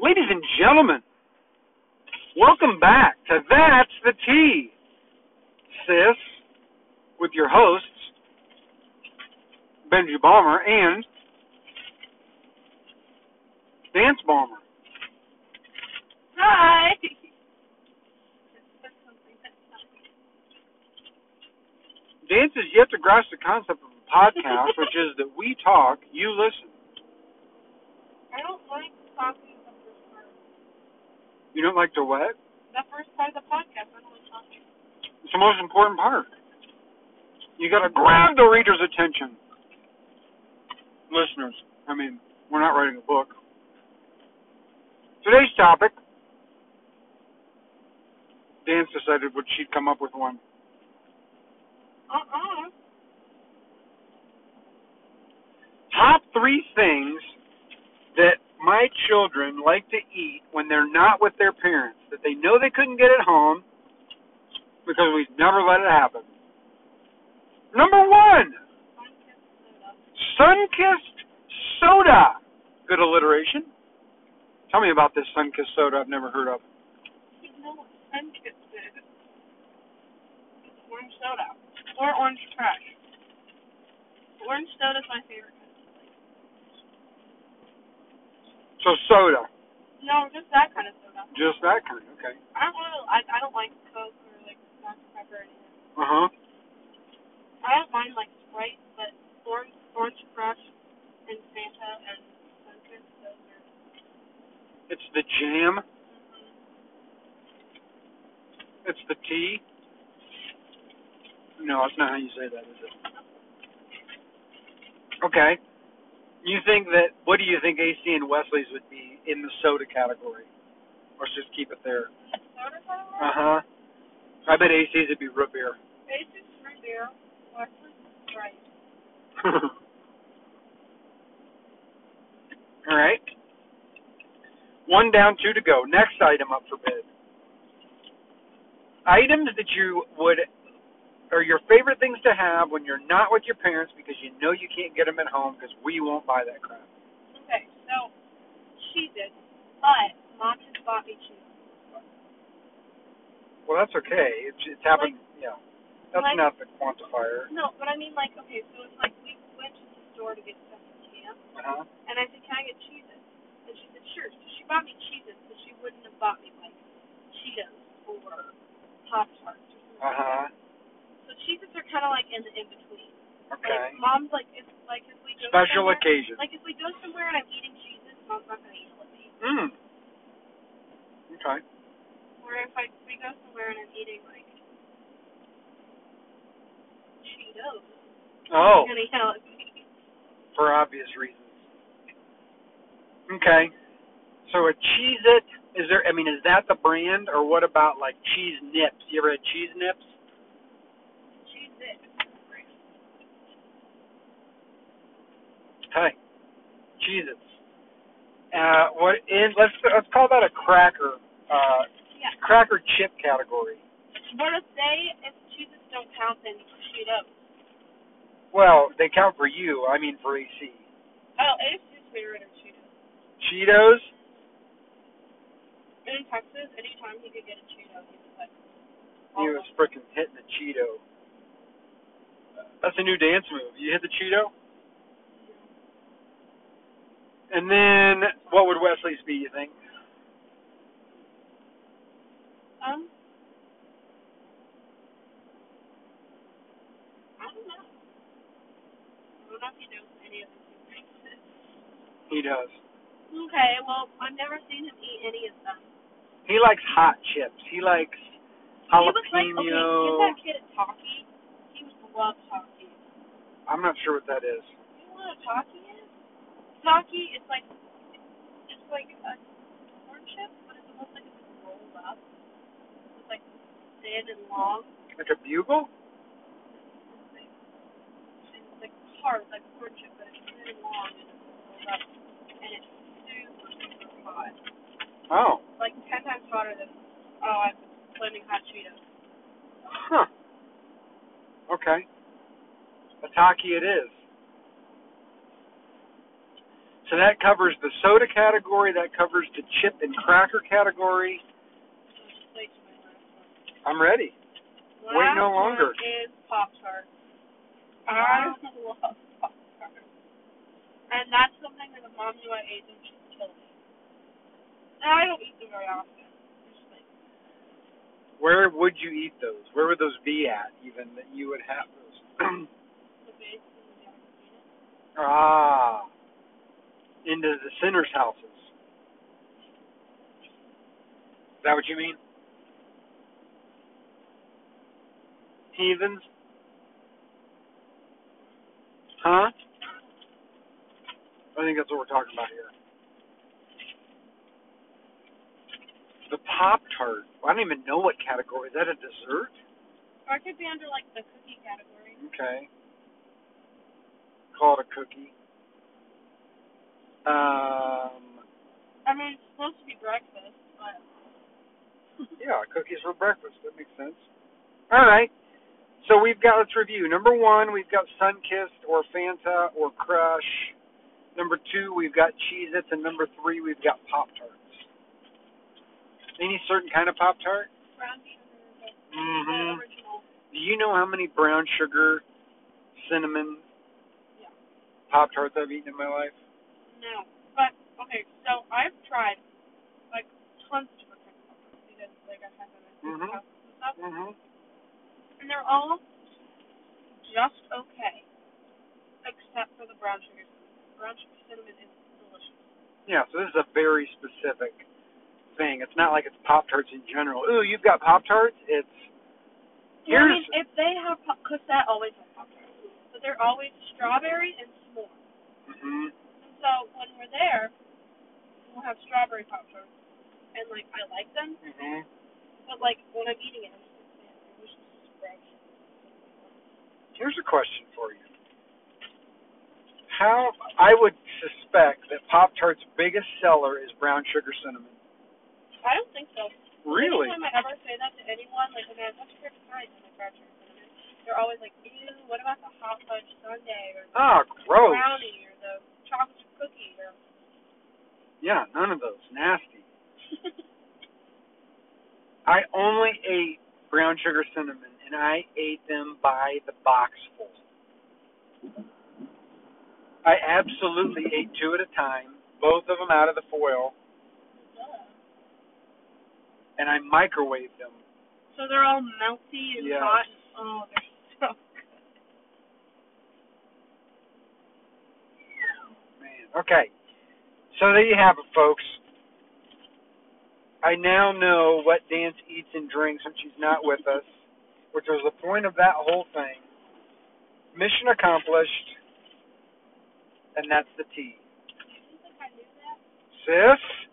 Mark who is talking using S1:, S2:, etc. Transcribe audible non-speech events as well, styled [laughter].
S1: Ladies and gentlemen, welcome back to That's the Tea, sis, with your hosts, Benji Balmer and Dance Balmer.
S2: Hi.
S1: Dance has yet to grasp the concept of a podcast, which is that we talk, you listen.
S2: I don't like talking the first part.
S1: You don't like to what?
S2: The first part of the podcast, I don't like talking.
S1: It's the most important part. You got to grab the reader's attention. Listeners, I mean, we're not writing a book. Today's topic Dance decided what she'd come up with one.
S2: Uh-uh.
S1: Top three things that my children like to eat when they're not with their parents that they know they couldn't get at home because we've never let it happen. Number one, Sunkissed Soda. Good alliteration. Tell me about this Sunkissed Soda I've never heard of.
S2: You know what Sunkist is. It's orange soda. Or orange crush. Orange soda's my favorite.
S1: So, soda.
S2: No, just that kind of soda.
S1: Just that kind. Okay.
S2: I don't really, I, I don't like Coke or like Dr. Pepper or anything.
S1: Uh huh.
S2: I don't mind like Sprite, but orange, orange crush and Fanta and Sunkist, those are... um,
S1: It's the jam. It's the tea. No, that's not how you say that, is it? Okay. You think that? What do you think AC and Wesley's would be in the soda category? Or just keep it there.
S2: Soda category?
S1: Uh huh. I bet AC's would be root beer.
S2: Basic root beer, Wesley's Sprite.
S1: [laughs] All right. One down, two to go. Next item up for bid. Items that you would, or your favorite things to have when you're not with your parents because you know you can't get them at home because we won't buy that crap.
S2: Okay, so she did, but mom just bought me cheese.
S1: Well, that's okay. It's, it's happened. yeah. That's
S2: like-
S1: not the quantifier.
S2: No, but I mean like okay, so it's like we went to the store to get stuff for camp,
S1: Uh-huh.
S2: and I said, can I get cheeses? And she said, sure. So she bought me cheeses, but she wouldn't have bought me like Cheetos or Pop Tarts or something. like
S1: Uh-huh.
S2: that. So cheeses are kind of like in the in between.
S1: Okay.
S2: Like mom's like if like if we go
S1: Special
S2: somewhere,
S1: occasion.
S2: like if we go somewhere and I'm eating cheeses, mom's not gonna eat it with me.
S1: Mm. Okay.
S2: Or if I we go somewhere and I'm eating like Cheetos,
S1: Oh.
S2: she's gonna yell at me.
S1: for obvious reasons. Okay. So a Cheez It, is there I mean, is that the brand or what about like cheese nips? You ever had cheese nips?
S2: Cheese it.
S1: Hey. Cheez Its. Uh what is let's let's call that a cracker uh
S2: Yeah.
S1: cracker chip category.
S2: But if they, if cheeses don't count, then Cheetos.
S1: Well, they count for you, I mean for AC.
S2: Oh, AFC's favorite are Cheetos.
S1: Cheetos?
S2: In Texas, anytime he could get a Cheeto, he was like,
S1: He was freaking hitting the Cheeto. That's a new dance move. You hit the Cheeto? And then, what would Wesley's be, you think?
S2: um, I don't know. I don't know if he knows any of the two things.
S1: He does.
S2: Okay, well, I've never seen him eat any of them.
S1: He likes hot chips. He likes
S2: He was like, okay, give
S1: jalapeno.
S2: that kid a Taki. He would love Taki.
S1: I'm not sure what that is.
S2: You know what a Taki is? Taki is like it's like a corn chip, but it's almost like it's rolled up. It's like thin and long
S1: Like a bugle?
S2: and it's like hard, like a corn chip, but it's thin and long and it's rolled up and it's super super hot.
S1: Oh.
S2: Like ten times hotter than oh I'm blending hot Cheetos.
S1: Huh. Okay. A taki it is. So that covers the soda category. That covers the chip and cracker category.
S2: Just wait till my last one.
S1: I'm ready.
S2: Last
S1: Wait no longer. Uh-huh.
S2: One is Pop Tart. I love Pop Tart. And that's something that the mom knew I ate and she killed me. And I don't eat them very often. They're just like,
S1: Where would you eat those? Where would those be at? Even that you would have [clears throat] those.
S2: the base and the back. you
S1: ah,
S2: know?
S1: into the sinners' houses. Is that what you mean? Heathens? Huh? I think that's what we're talking about here. The Pop Tart. I don't even know what category. Is that a dessert?
S2: Or it could be under like the cookie category.
S1: Okay. Call it a cookie. Um,
S2: I mean, it's supposed to be breakfast, but
S1: yeah, cookies for breakfast. That makes sense. All right. So we've got let's review. Number one, we've got Sunkist or Fanta or Crush. Number two, we've got Cheez Its, and number three, we've got Pop Tarts. Any certain kind of Pop Tart?
S2: brown sugar, but the
S1: Mm-hmm.
S2: original.
S1: Do you know how many brown sugar, cinnamon,
S2: Yeah.
S1: Pop Tarts I've eaten in my life?
S2: No. But okay, so I've tried like tons of different kinds of peppers because like I have them at
S1: Mhm.
S2: mm-hmm. house and stuff.
S1: Mm-hmm.
S2: And they're all just okay. Except for the brown sugar cinnamon. Brown sugar cinnamon is delicious.
S1: Yeah, so this is a very specific thing. It's not like it's Pop Tarts in general. Ooh, you've got Pop Tarts? It's
S2: Well, I
S1: here's
S2: mean, if they have pop cassette always has pop tarts. But they're always strawberry and s'more.
S1: hmm
S2: And so when we're there, we'll have strawberry pop tarts. And like I like them,
S1: hmm
S2: but like when I'm eating it, I'm just like, man, I wish this was brown sugar.
S1: Here's a question for you. How I would suspect that Pop Tarts' biggest seller is brown sugar cinnamon.
S2: I don't think so.
S1: Really?
S2: Anytime I ever say that to anyone, like, man, what's your kind of graduate cinnamon? They're always like, ew, what about the hot fudge sundae or the
S1: Ah, gross.
S2: brownie or the chocolate chip cookie or [laughs]
S1: Yeah, none of those. Nasty. I only ate brown sugar cinnamon, and I ate them by the box full. I absolutely ate two at a time, both of them out of the foil,
S2: duh.
S1: and I microwaved them.
S2: So they're all melty and
S1: Yes.
S2: hot. And, oh, they're so [laughs] good.
S1: Man, okay. So there you have it, folks. I now know what Dance eats and drinks when she's not with us, which was the point of that whole thing. Mission accomplished, and that's the tea.
S2: I think I knew that.
S1: Sis?